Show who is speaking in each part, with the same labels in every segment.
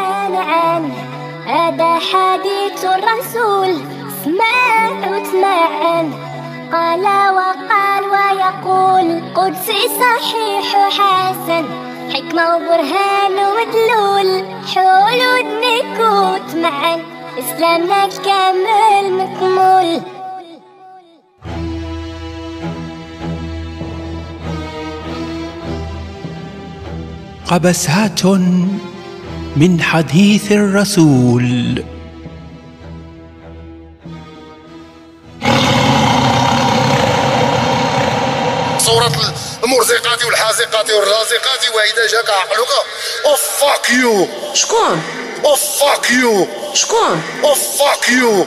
Speaker 1: معان هذا حديث الرسول اسمع وتمعن قال وقال ويقول قدسي صحيح حسن حكمة وبرهان ومدلول حول ودنك وتمعن إسلامنا كامل مكمول
Speaker 2: قبسات من حديث الرسول
Speaker 3: صورة المرزقات والحازقات والرازقات وإذا جاك عقلك "Oh, أو فاك يو
Speaker 4: شكون
Speaker 3: أو فاك يو
Speaker 4: شكون
Speaker 3: أو فاك يو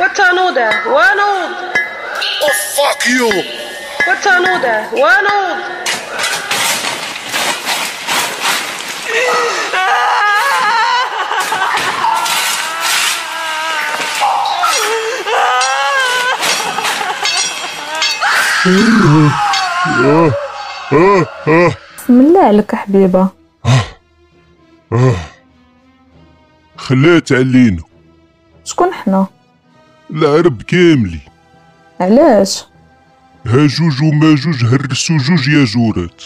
Speaker 4: والتنودة ونوض
Speaker 3: أو فاك يو
Speaker 4: والتنودة ونوض
Speaker 5: بسم الله عليك حبيبة
Speaker 6: خلات علينا
Speaker 5: شكون حنا
Speaker 6: العرب كاملي
Speaker 5: علاش
Speaker 6: هاجوج وماجوج هرسوا جوج ياجورات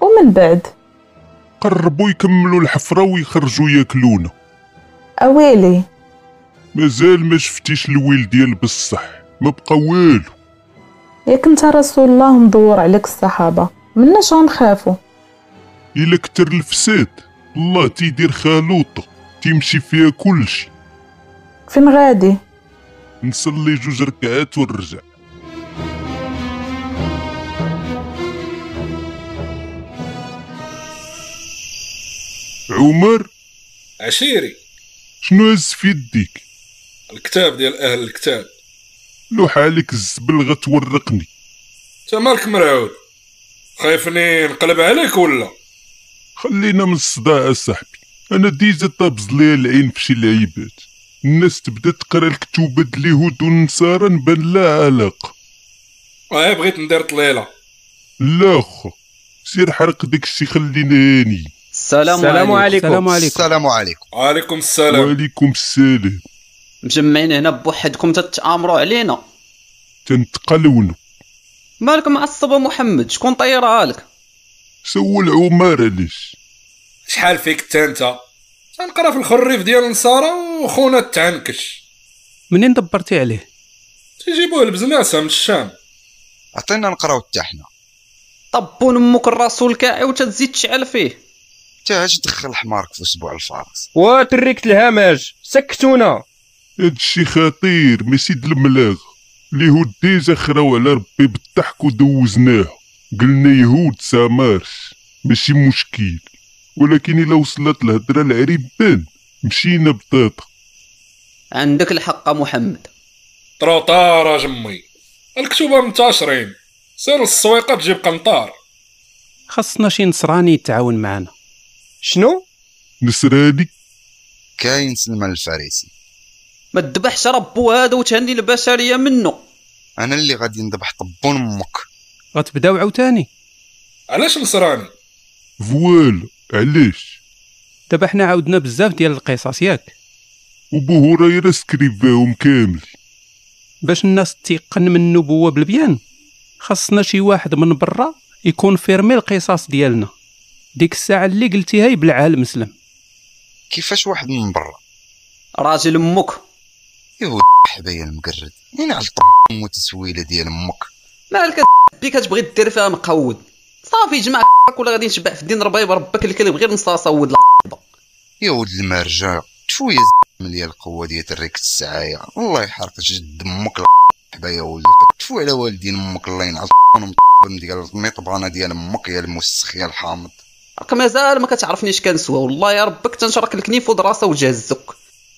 Speaker 5: ومن بعد
Speaker 6: قربوا يكملوا الحفرة ويخرجوا ياكلونا
Speaker 5: اويلي
Speaker 6: مازال ما شفتيش الويل ديال بصح ما بقى والو
Speaker 5: ياك انت رسول الله مدور عليك الصحابة مناش غنخافو
Speaker 6: إلا كتر الفساد الله تيدير خالوطة تيمشي فيها كلشي
Speaker 5: فين غادي
Speaker 6: نصلي جوج ركعات ونرجع عمر
Speaker 7: عشيري
Speaker 6: شنو هز في يديك
Speaker 7: الكتاب ديال اهل الكتاب
Speaker 6: لو حالك الزبل غتورقني
Speaker 7: انت مالك مرعود خايفني نقلب عليك ولا
Speaker 6: خلينا من الصداع صاحبي انا ديجا طابز ليا العين في شي لعيبات الناس تبدا تقرا الكتوبه د اليهود والنصارى نبان لا علاقه
Speaker 7: اه بغيت ندير طليله
Speaker 6: لا خو سير حرق داك الشي خلينا هاني
Speaker 8: السلام,
Speaker 9: السلام عليكم.
Speaker 8: السلام عليكم
Speaker 3: السلام عليكم
Speaker 7: وعليكم السلام
Speaker 6: وعليكم السلام
Speaker 8: مجمعين هنا بوحدكم تتامروا علينا
Speaker 6: تنتقلونو
Speaker 8: مالك معصبه محمد شكون طيرها لك
Speaker 6: سول عمر علاش
Speaker 7: شحال فيك انت انت تنقرا في الخريف ديال النصارى وخونا تعنكش
Speaker 9: منين دبرتي عليه
Speaker 7: تيجيبوه لبزناسه من الشام
Speaker 3: عطينا نقراو التحنا
Speaker 8: طبون امك الرسول كاعي وتزيد تشعل فيه
Speaker 3: حتى عاش دخل حمارك في اسبوع الفارس
Speaker 9: وتركت الهمج سكتونا
Speaker 6: هادشي خطير ماشي د الملاغ اليهود ديجا خراو على ربي بالضحك ودوزناه قلنا يهود سامارش ماشي مشكل ولكن الا وصلت الهضره لعريبان مشينا بطاطا
Speaker 8: عندك الحق محمد
Speaker 7: طروطار جمي الكتوبه منتشرين سير للسويقه تجيب قنطار
Speaker 9: خاصنا شي نصراني يتعاون معنا
Speaker 10: شنو
Speaker 6: نسراني
Speaker 3: كاين سلمان الفارسي
Speaker 8: ما تذبحش ربو هذا وتهني البشريه منه
Speaker 3: أنا اللي غادي نذبح طبون أمك
Speaker 9: غتبداو عاوتاني
Speaker 7: علاش نصراني
Speaker 6: فوالا علاش
Speaker 9: دابا حنا عاودنا بزاف ديال القصص ياك
Speaker 6: وبو هريره سكريفاهم كامل
Speaker 9: باش الناس تيقن من النبوه بالبيان خاصنا شي واحد من برا يكون فيرمي القصص ديالنا ديك الساعه اللي قلتيها يبلعها المسلم
Speaker 3: كيفاش واحد من برا
Speaker 8: راجل امك
Speaker 3: يهود حبايا المقرد مين على الطب وتسويله ديال أمك
Speaker 8: مالك بي كتبغي دير فيها مقود صافي جمع ولا غادي نشبع في الدين ربايب ربك الكلب غير نصاصه ود
Speaker 3: يهود المرجع شويه من ليا القوه ديال الريك السعايه الله يحرق جد امك ال- حبايا ولدي تفو على والدين امك الله ينعسهم ديال المطبانه ديال امك يا الموسخ يا الحامض
Speaker 8: راك مازال ما كتعرفنيش كنسوى والله يا ربك تنشرك الكنيف ودراسه وجه الزك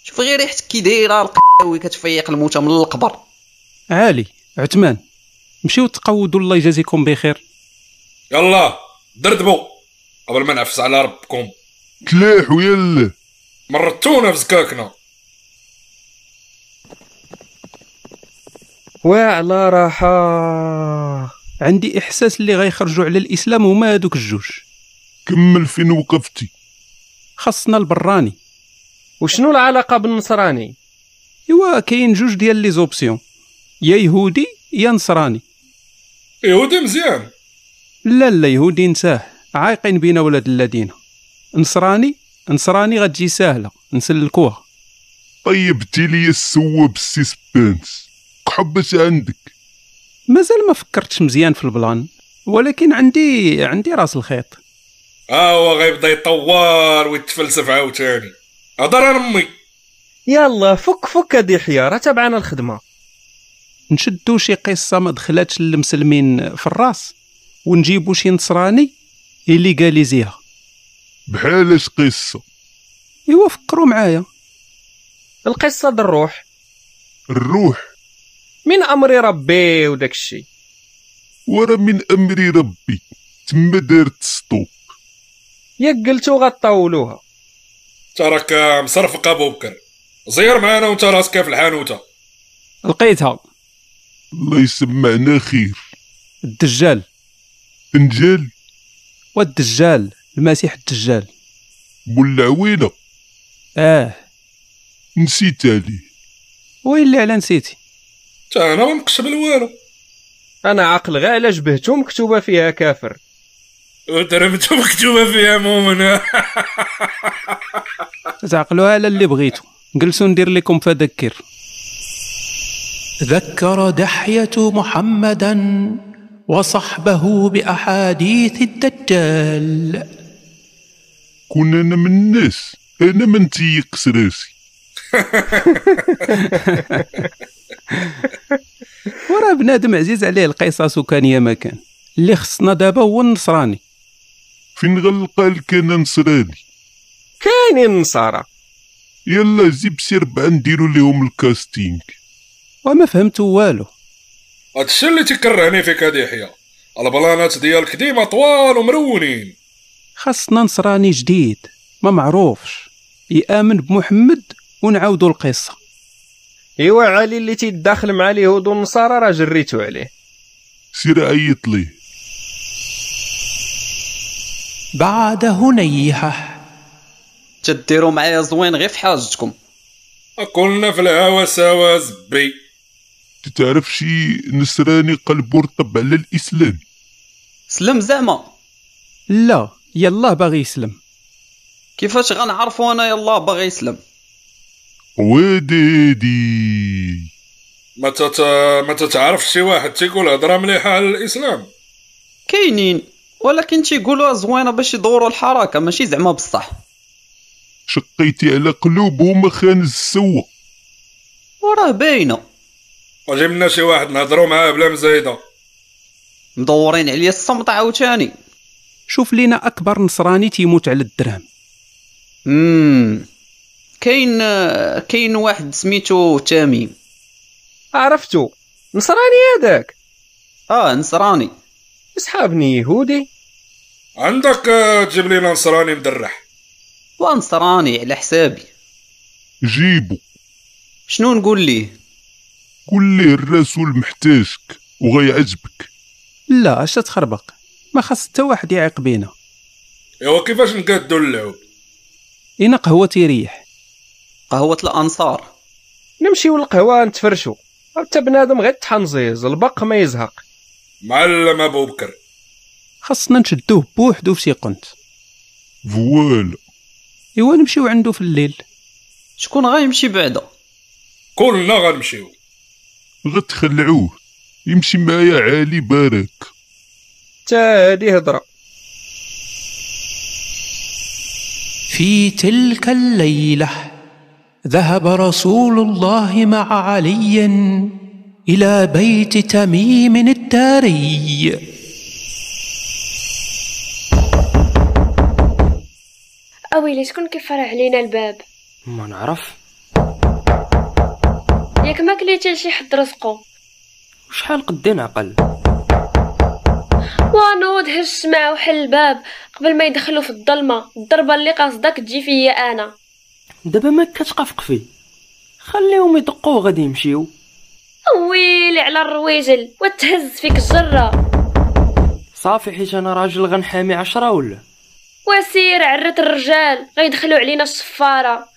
Speaker 8: شوف غير ريحتك كي دايره القهوي كتفيق الموتى من القبر
Speaker 9: عالي عثمان مشيو تقودوا الله يجازيكم بخير
Speaker 7: يلا دردبوا قبل ما نعفس على ربكم
Speaker 6: تلاحوا يلا
Speaker 7: مرتونا في زكاكنا
Speaker 10: وعلى راحة
Speaker 9: عندي احساس اللي غيخرجوا على الاسلام هما هذوك الجوج
Speaker 6: كمل فين وقفتي
Speaker 9: خاصنا البراني
Speaker 10: وشنو العلاقه بالنصراني
Speaker 9: ايوا كاين جوج ديال لي زوبسيون يا يهودي يا نصراني
Speaker 7: يهودي إيه، مزيان
Speaker 9: لا لا يهودي نساه عايقين بينا ولاد الذين نصراني نصراني غتجي ساهله نسلكوها
Speaker 6: طيبتي لي السوه بالسيسبانس قحبس عندك
Speaker 9: مازال ما فكرتش مزيان في البلان ولكن عندي عندي راس الخيط
Speaker 7: ها آه، هو غيبدا يطور ويتفلسف عاوتاني هضر انا امي
Speaker 10: يلا فك فك هادي الحياه راه تابعنا الخدمه
Speaker 9: نشدو شي قصه ما دخلاتش للمسلمين في الراس ونجيبو شي نصراني اللي قاليزيها
Speaker 6: بحالاش قصه
Speaker 9: ايوا فكروا معايا
Speaker 10: القصه د الروح
Speaker 6: الروح
Speaker 10: من امر ربي وداك الشيء
Speaker 6: ورا من امري ربي تما دارت سطو
Speaker 10: ياك قلتو غطولوها
Speaker 7: تراك مصرفق ابو بكر زير معانا وانت راسك في الحانوته
Speaker 9: لقيتها
Speaker 6: الله يسمعنا خير
Speaker 9: الدجال
Speaker 6: انجال
Speaker 9: والدجال المسيح الدجال
Speaker 6: والعوينه
Speaker 9: اه
Speaker 6: نسيت عليه
Speaker 9: ويلي على نسيتي
Speaker 7: تا انا ما نقشبل والو
Speaker 10: انا عاقل غير على جبهته مكتوبه فيها كافر
Speaker 7: ودربته مكتوبه فيها مؤمن
Speaker 9: تعقلوها على اللي بغيتو جلسوا ندير لكم فذكر
Speaker 2: ذكر دحية محمدا وصحبه بأحاديث الدجال
Speaker 6: كون انا من الناس انا ما نتيقس راسي
Speaker 9: وراه بنادم عزيز عليه القصص وكان يا ما كان اللي خصنا دابا هو النصراني
Speaker 6: فين غنلقى لك انا نصراني
Speaker 10: كاينين النصارى
Speaker 6: يلا زيب سي ربعه نديرو ليهم الكاستينغ
Speaker 9: وما فهمتو والو
Speaker 7: هادشي اللي تكرهني فيك هادي يحيى البلانات ديالك ديما طوال ومرونين
Speaker 9: خاصنا نصراني جديد ما معروفش يامن بمحمد ونعاودوا القصه
Speaker 10: ايوا علي اللي تيداخل مع اليهود والنصارى راه جريتو عليه
Speaker 6: سير عيط ليه
Speaker 2: بعد هنيحه
Speaker 8: تديروا معايا زوين غير في حاجتكم
Speaker 7: كلنا في الهوا سوا زبي
Speaker 6: تتعرف شي نصراني قلبو رطب على الاسلام
Speaker 8: سلم زعما
Speaker 9: لا يلاه باغي يسلم
Speaker 8: كيفاش غنعرفوا انا يلا باغي يسلم
Speaker 6: وديدي
Speaker 7: ما تت... ما تتعرفش شي واحد تيقول هضره مليحه على الاسلام
Speaker 8: كاينين ولكن تيقولوها زوينه باش يدوروا الحركه ماشي زعما بصح
Speaker 6: شقيتي على قلوبهم خانز السوا
Speaker 8: وراه باينه
Speaker 7: وجبنا شي واحد نهضروا معاه بلا مزايده
Speaker 8: مدورين عليا الصمت عاوتاني
Speaker 9: شوف لينا اكبر نصراني تيموت على الدرهم
Speaker 8: امم كاين آه، كاين واحد سميتو تاميم
Speaker 10: عرفتو نصراني هذاك
Speaker 8: اه نصراني
Speaker 10: سحابني يهودي
Speaker 7: عندك آه، تجيب لينا نصراني مدرح
Speaker 8: ونصراني على حسابي
Speaker 6: جيبو
Speaker 8: شنو نقول ليه
Speaker 6: قول ليه الرسول محتاجك وغيعجبك
Speaker 9: لا اش تخربق ما خاص حتى واحد يعيق بينا
Speaker 7: ايوا كيفاش نقادو اللعب
Speaker 9: انا قهوه تيريح
Speaker 8: قهوه الانصار
Speaker 10: نمشيو للقهوه نتفرشو حتى بنادم غير تحنزيز البق ما يزهق
Speaker 7: معلم ابو بكر
Speaker 9: خاصنا نشدوه بوحدو في شي قنت
Speaker 6: فوالا
Speaker 9: ايوا نمشيو عنده في الليل
Speaker 8: شكون غيمشي بعدا
Speaker 7: كلنا غنمشيو
Speaker 6: غتخلعوه يمشي معايا عالي بارك
Speaker 10: تا هادي هضره
Speaker 2: في تلك الليله ذهب رسول الله مع علي الى بيت تميم الداري
Speaker 11: اويلي شكون كيفرع علينا الباب
Speaker 10: ما نعرف
Speaker 11: ياك ما كليتي شي حد رزقو
Speaker 10: شحال قدين عقل
Speaker 11: ونوض هز الشمعة وحل الباب قبل ما يدخلوا في الظلمة الضربة اللي قاصدك تجي فيا انا
Speaker 10: دابا ما كتقفقفي خليهم يدقوا غادي يمشيو
Speaker 11: ويلي على الرويجل وتهز فيك الجرة
Speaker 10: صافي حيت انا راجل غنحامي عشرة ولا
Speaker 11: وسير عرت الرجال غيدخلوا علينا الصفاره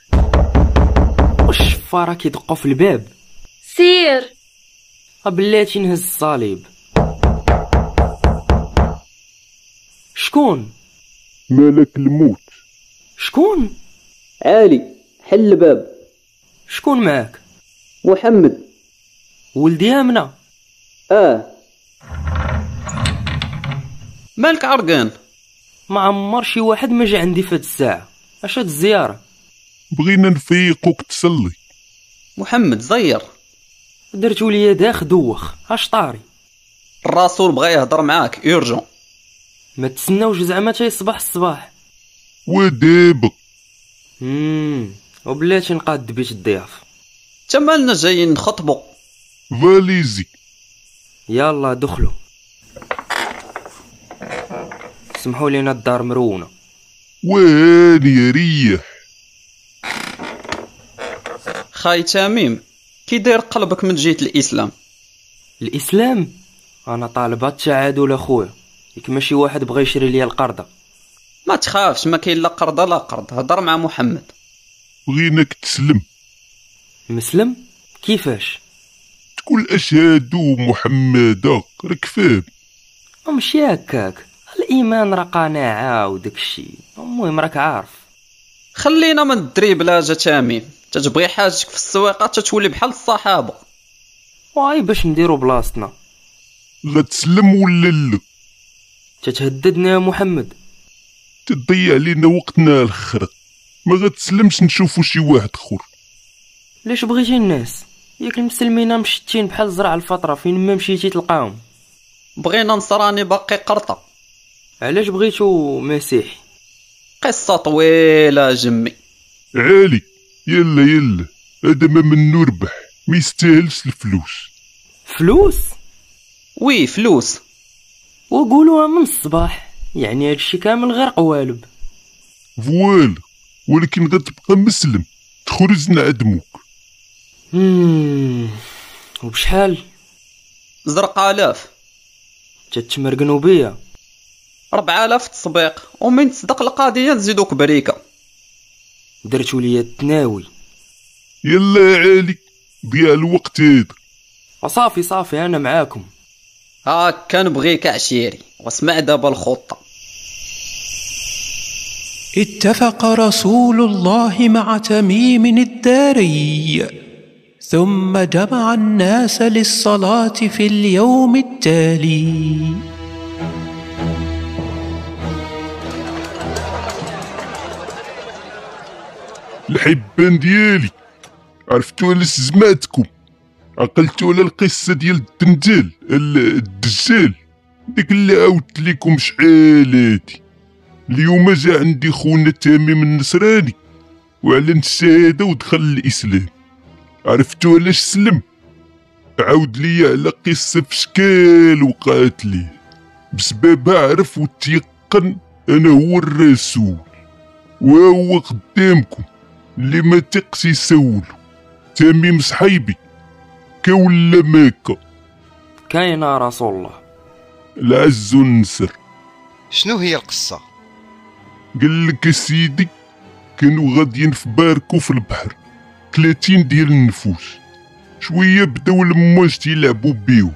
Speaker 12: الشفاره كيدقوا في الباب
Speaker 11: سير
Speaker 12: بلاتي نهز الصليب شكون
Speaker 6: مالك الموت
Speaker 12: شكون
Speaker 13: عالي حل الباب
Speaker 12: شكون معاك
Speaker 13: محمد
Speaker 12: ولدي امنه
Speaker 13: اه
Speaker 8: مالك عرقان
Speaker 12: ما عمر شي واحد ما جا عندي في هاد الساعه اش هاد الزياره
Speaker 6: بغينا نفيقوك تصلي
Speaker 8: محمد زير
Speaker 12: درتو ليا داخ دوخ اش طاري
Speaker 8: الرسول بغا يهضر معاك اورجون
Speaker 12: ما تسناوش زعما تا يصبح الصباح
Speaker 6: ودابا
Speaker 12: امم وبلاتي نقاد بيت الضياف
Speaker 8: تمالنا جايين نخطبو
Speaker 6: فاليزي
Speaker 12: يلا دخلوا سمحوا لينا الدار مرونه
Speaker 6: وهاني ريح
Speaker 8: خاي تميم كي داير قلبك من جهه الاسلام
Speaker 12: الاسلام انا طالبه التعادل اخويا ياك ماشي واحد بغى يشري ليا القرضه
Speaker 8: ما تخافش ما كاين لا قرضه لا قرض هضر مع محمد
Speaker 6: بغيناك تسلم
Speaker 12: مسلم كيفاش
Speaker 6: تقول اشهد محمدا راك فاهم
Speaker 12: ماشي هكاك الايمان راه قناعه وداك الشيء المهم راك عارف
Speaker 8: خلينا من الدريب لا جا تميم تتبغي حاجتك في السواقات تتولي بحال الصحابه
Speaker 12: واي باش نديرو بلاصتنا
Speaker 6: غتسلم ولا لا
Speaker 12: تتهددنا يا محمد
Speaker 6: تضيع لينا وقتنا الخرق ما غتسلمش نشوفو شي واحد خور
Speaker 12: ليش بغيتي الناس ياك المسلمين مشتين بحال زرع الفتره فين ما مشيتي تلقاهم
Speaker 8: بغينا نصراني باقي قرطه
Speaker 12: علاش بغيتو مسيحي
Speaker 8: قصه طويله جمي
Speaker 6: عالي يلا يلا هذا ما منو ربح ما يستاهلش الفلوس
Speaker 12: فلوس
Speaker 8: وي فلوس
Speaker 12: وقولوها من الصباح يعني هادشي كامل غير قوالب
Speaker 6: فوالا ولكن غتبقى مسلم تخرج نعدموك
Speaker 12: مم. وبشحال
Speaker 8: زرق آلاف
Speaker 12: تتمرقنو بيا
Speaker 8: ربع آلاف تصبيق ومن تصدق القضية نزيدوك بريكة
Speaker 12: درتو ليا التناوي
Speaker 6: يلا يا عالي ضيع الوقت هذا
Speaker 12: وصافي صافي انا معاكم
Speaker 8: هاكا نبغيك عشيري واسمع دابا الخطة
Speaker 2: اتفق رسول الله مع تميم الداري ثم جمع الناس للصلاه في اليوم التالي
Speaker 6: الحبان ديالي عرفتوا على سزماتكم عقلتوا على القصه ديال الدندال ال- الدجال ديك اللي عاودت لكم شحال هادي اليوم جا عندي خونا تميم النصراني وعلن الشهاده ودخل الاسلام عرفتوا علاش سلم عاود لي على قصه في شكال وقعت ليه بسببها عرف وتيقن انا هو الرسول وهو قدامكم اللي ما تقش يسولو تميم صحيبي كولا ماكا
Speaker 12: كاين يا رسول الله
Speaker 6: العز والنسر
Speaker 3: شنو هي القصه
Speaker 6: قال لك سيدي كانوا غاديين في باركو في البحر 30 ديال النفوس شويه بداو الامواج تيلعبوا بيهم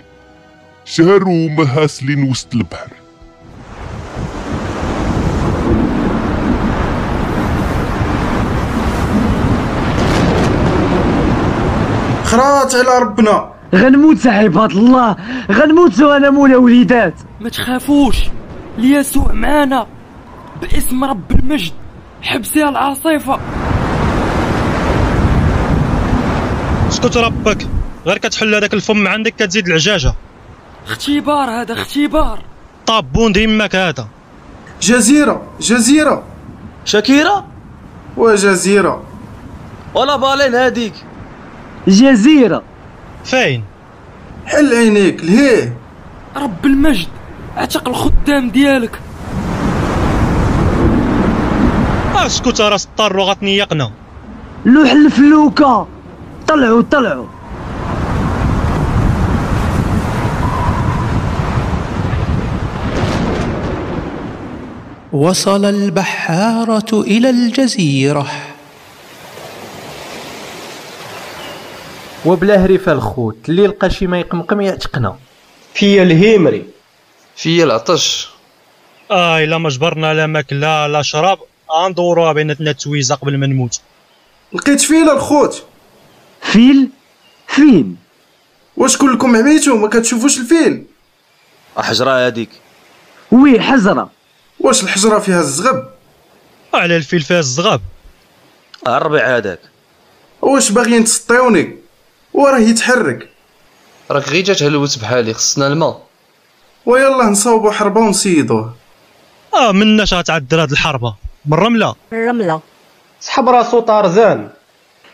Speaker 6: شهر وهما حاصلين وسط البحر
Speaker 14: خرات على ربنا
Speaker 15: غنموت صاحبات الله غنموت وانا مولا وليدات
Speaker 12: ما تخافوش اليسوع معانا باسم رب المجد حبسي العاصفه
Speaker 16: اسكت ربك غير كتحل هذاك الفم عندك كتزيد العجاجه
Speaker 12: اختبار هذا اختبار
Speaker 16: طابون ديمك هذا
Speaker 14: جزيرة جزيرة
Speaker 16: شاكيرة
Speaker 14: وجزيرة
Speaker 16: ولا بالين هذيك
Speaker 15: جزيرة
Speaker 16: فين
Speaker 14: حل عينيك لهيه
Speaker 12: رب المجد عتق الخدام ديالك
Speaker 16: اسكت راس الطر وغتنيقنا
Speaker 15: لوح الفلوكة طلعوا طلعوا
Speaker 2: وصل البحارة إلى الجزيرة
Speaker 17: وبلا هريفه الخوت اللي لقى شي ما يقمقم يعتقنا
Speaker 16: فيا الهيمري
Speaker 8: فيا العطش
Speaker 16: اه الا ما جبرنا لا ماكله لا شراب غندوروها بيناتنا تويزه قبل ما نموت
Speaker 14: لقيت فيل الخوت
Speaker 15: فيل فين
Speaker 14: واش كلكم عميتو ما كتشوفوش الفيل
Speaker 12: حجرة هذيك
Speaker 15: وي حزرة
Speaker 14: واش الحجره فيها الزغب
Speaker 16: على الفيل فيها الزغب
Speaker 12: الربع هذاك
Speaker 14: واش باغيين تسطيوني وراه يتحرك
Speaker 8: راك غير جات هلوت بحالي خصنا الماء
Speaker 14: ويلا نصاوبو حربه ونسيدوه
Speaker 16: اه مناش غتعدل هاد الحربه بالرمله
Speaker 18: الرملة
Speaker 16: سحب راسو طارزان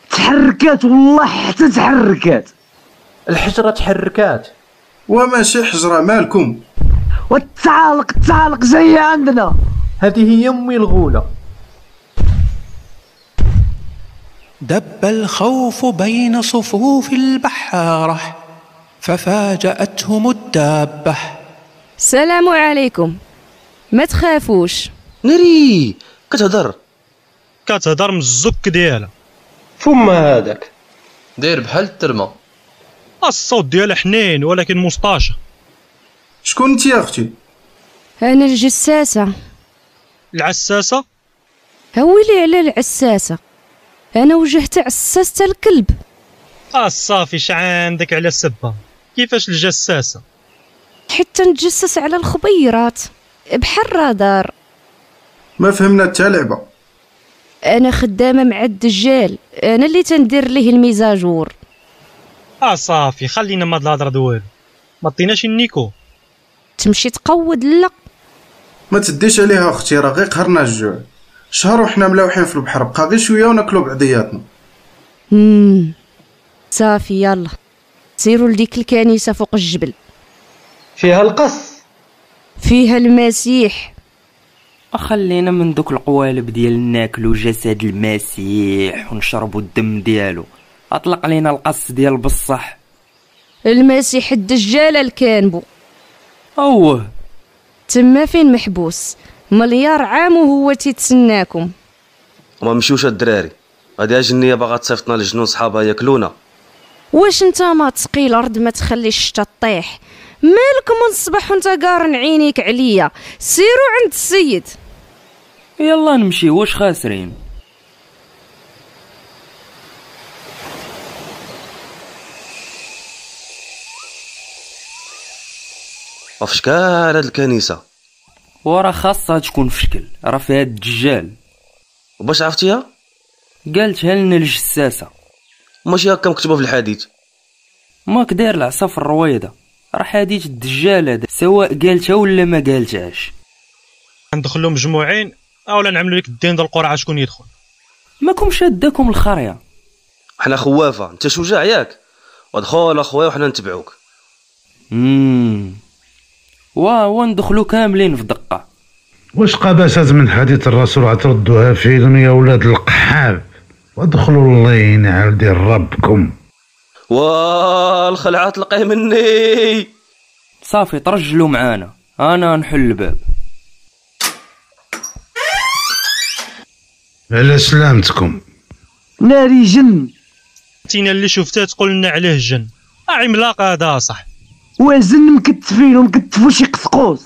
Speaker 15: تحركات والله حتى تحركات
Speaker 14: الحجره تحركات وماشي حجره مالكم
Speaker 15: والتعالق التعالق جاية عندنا
Speaker 17: هذه هي امي الغوله
Speaker 2: دب الخوف بين صفوف البحارة ففاجأتهم الدابة
Speaker 19: السلام عليكم ما تخافوش
Speaker 16: ناري كتهضر كتهضر من الزك ديالها فما هذاك
Speaker 8: داير بحال الترمه
Speaker 16: الصوت ديالها حنين ولكن مستاشه
Speaker 14: شكون انت يا اختي
Speaker 19: انا الجساسه
Speaker 16: العساسه
Speaker 19: هولي على العساسه انا وجهت عساسه الكلب
Speaker 16: اه صافي شعندك على السبه كيفاش الجساسه
Speaker 19: حتى نتجسس على الخبيرات بحال الرادار
Speaker 14: ما فهمنا حتى لعبه
Speaker 19: انا خدامه مع الدجال انا اللي تندير ليه الميزاجور
Speaker 16: اه صافي خلينا ما هاد الهضره دوال ما عطيناش النيكو
Speaker 19: تمشي تقود لا
Speaker 14: ما تديش عليها اختي راه غير قهرنا الجوع شهر وحنا ملوحين في البحر بقى غير شويه وناكلو بعضياتنا
Speaker 19: مم. صافي يلا سيروا لديك الكنيسه فوق الجبل
Speaker 10: فيها القص
Speaker 19: فيها المسيح
Speaker 12: خلينا من دوك القوالب ديال ناكلو جسد المسيح ونشربو الدم ديالو اطلق لينا القص ديال بصح
Speaker 19: المسيح الدجال الكانبو
Speaker 12: اوه
Speaker 19: تما فين محبوس مليار عام وهو تيتسناكم
Speaker 12: وما مشوش الدراري هادي اجنيه باغا تصيفطنا لجنون صحابها ياكلونا
Speaker 19: واش انت ما تسقي الارض ما تخليش الشتا طيح مالك من الصباح وانت قارن عينيك عليا سيروا عند السيد
Speaker 12: يلا نمشي واش خاسرين وفي شكال هاد الكنيسه ورا خاصها تكون في شكل راه فيها الدجال وباش عرفتيها قالتها لنا الجساسه ماشي هكا مكتوبه في الحديث ماك داير العصا في الرويضه راه حديث الدجال هذا سواء قالتها ولا ما قالتهاش
Speaker 16: ندخلو مجموعين اولا نعملو لك الدين ديال القرعه شكون يدخل
Speaker 12: ماكم شاداكم الخريه حنا خوافه انت شجاع ياك ودخل اخويا وحنا نتبعوك امم وا وا ندخلو كاملين في دقه
Speaker 20: واش قباسات من حديث الرسول عتردوها فيكم يا ولاد القحاب وادخلوا الله ينعل ديال ربكم
Speaker 12: وا الخلعه تلقيه مني صافي ترجلوا معانا انا نحل الباب
Speaker 20: على سلامتكم
Speaker 15: ناري جن
Speaker 16: تينا اللي شفتها تقول لنا عليه الجن عملاق هذا صح
Speaker 15: وزن مكتفين ومكتفوا شي قسقوس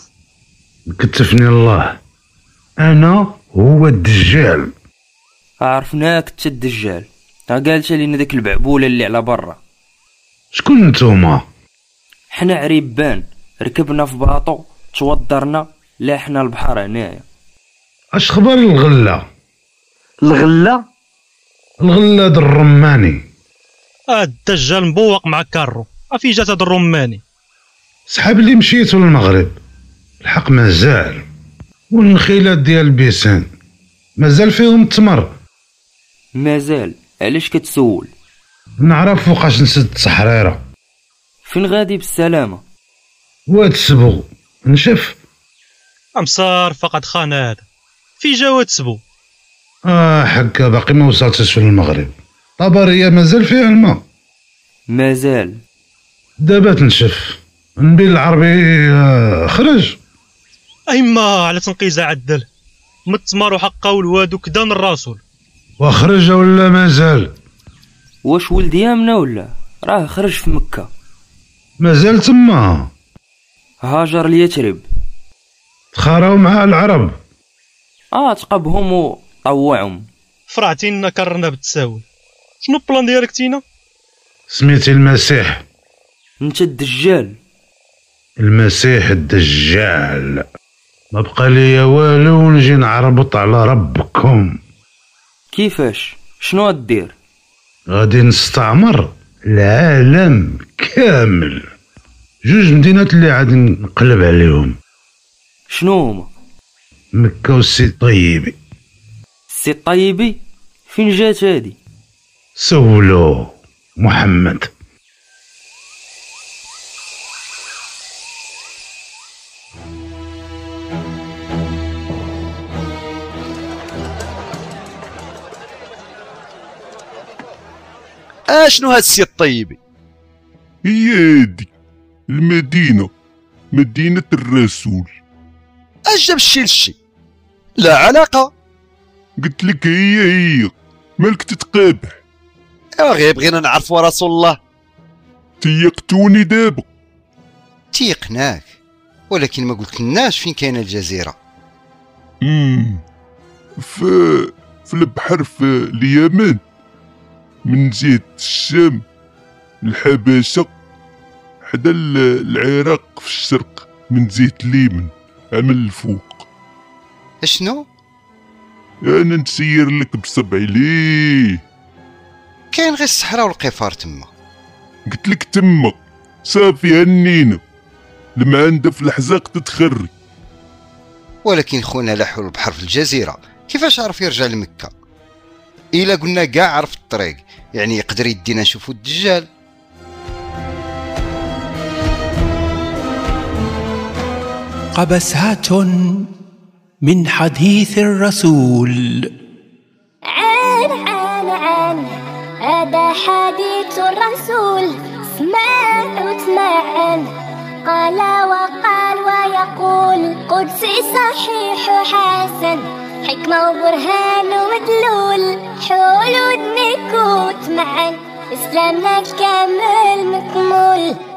Speaker 20: كتفني الله انا هو الدجال
Speaker 12: عرفناك انت الدجال تا قالت لينا داك البعبوله اللي على برا
Speaker 20: شكون نتوما
Speaker 12: حنا عريبان ركبنا في باطو توضرنا لا حنا البحر هنايا
Speaker 20: اش خبر الغله
Speaker 15: الغله
Speaker 20: الغله د الرماني
Speaker 16: آه الدجال مبوق مع كارو افي جات هاد الرماني
Speaker 20: سحاب اللي مشيتو للمغرب الحق مازال والنخيلات ديال بيسان مازال فيهم التمر
Speaker 12: مازال علاش كتسول
Speaker 20: نعرف فوقاش نسد التحريره
Speaker 12: فين غادي بالسلامه
Speaker 20: واد سبو نشف
Speaker 16: امسار فقد خان هذا في جواد سبو
Speaker 20: اه حكا باقي ما وصلتش للمغرب طبريه مازال فيها الماء
Speaker 12: مازال
Speaker 20: دابا تنشف نبيل العربي آه، خرج
Speaker 16: ايما على تنقيزه عدل من التمر وحق قول وادو كدا من الرسول
Speaker 20: وخرج ولا مازال
Speaker 12: واش ولد يامنا ولا راه خرج في مكة
Speaker 20: مازال تما
Speaker 12: هاجر ليترب
Speaker 20: تخاراو مع العرب
Speaker 12: اه تقبهم وطوعهم
Speaker 16: فرعتينا كرنا بالتساوي شنو البلان ديالك تينا
Speaker 20: سميتي المسيح
Speaker 12: انت الدجال
Speaker 20: المسيح الدجال ما بقى ليا والو ونجي نعربط على ربكم
Speaker 12: كيفاش شنو غدير
Speaker 20: غادي نستعمر العالم كامل جوج مدينات اللي عاد نقلب عليهم
Speaker 12: شنو هما
Speaker 20: مكة طيب. والسي طيبي
Speaker 12: السي الطيبي فين جات
Speaker 8: e
Speaker 12: هادي
Speaker 20: سولو محمد
Speaker 18: اشنو هاد السي الطيبي
Speaker 6: هي هادي المدينة مدينة الرسول
Speaker 18: اش جاب الشي للشي لا علاقة
Speaker 6: قلت لك هي هي مالك تتقابح
Speaker 18: ايوا غير بغينا نعرفوا رسول الله
Speaker 6: تيقتوني دابا
Speaker 3: تيقناك ولكن ما قلتلناش فين كاينه الجزيره
Speaker 6: امم في في البحر في اليمن من جهة الشام الحبشة حدا ال- العراق في الشرق من جهة اليمن عمل الفوق
Speaker 3: اشنو
Speaker 6: انا نسير لك بصبعي ليه
Speaker 3: كاين غير الصحراء والقفار تما
Speaker 6: قلت لك تما صافي هنينا المعندة في الحزاق تتخري
Speaker 3: ولكن خونا لاحو البحر في الجزيره كيفاش عرف يرجع لمكه الا قلنا كاع عرف الطريق يعني يقدر يدينا نشوفو الدجال
Speaker 2: قبسات من حديث الرسول
Speaker 1: عن عن عن هذا حديث الرسول اسمع وتمعن قال وقال ويقول قدسي صحيح وحسن حكمة وبرهان ومدلول حول ودنك وتمعن إسلامنا الكامل مكمول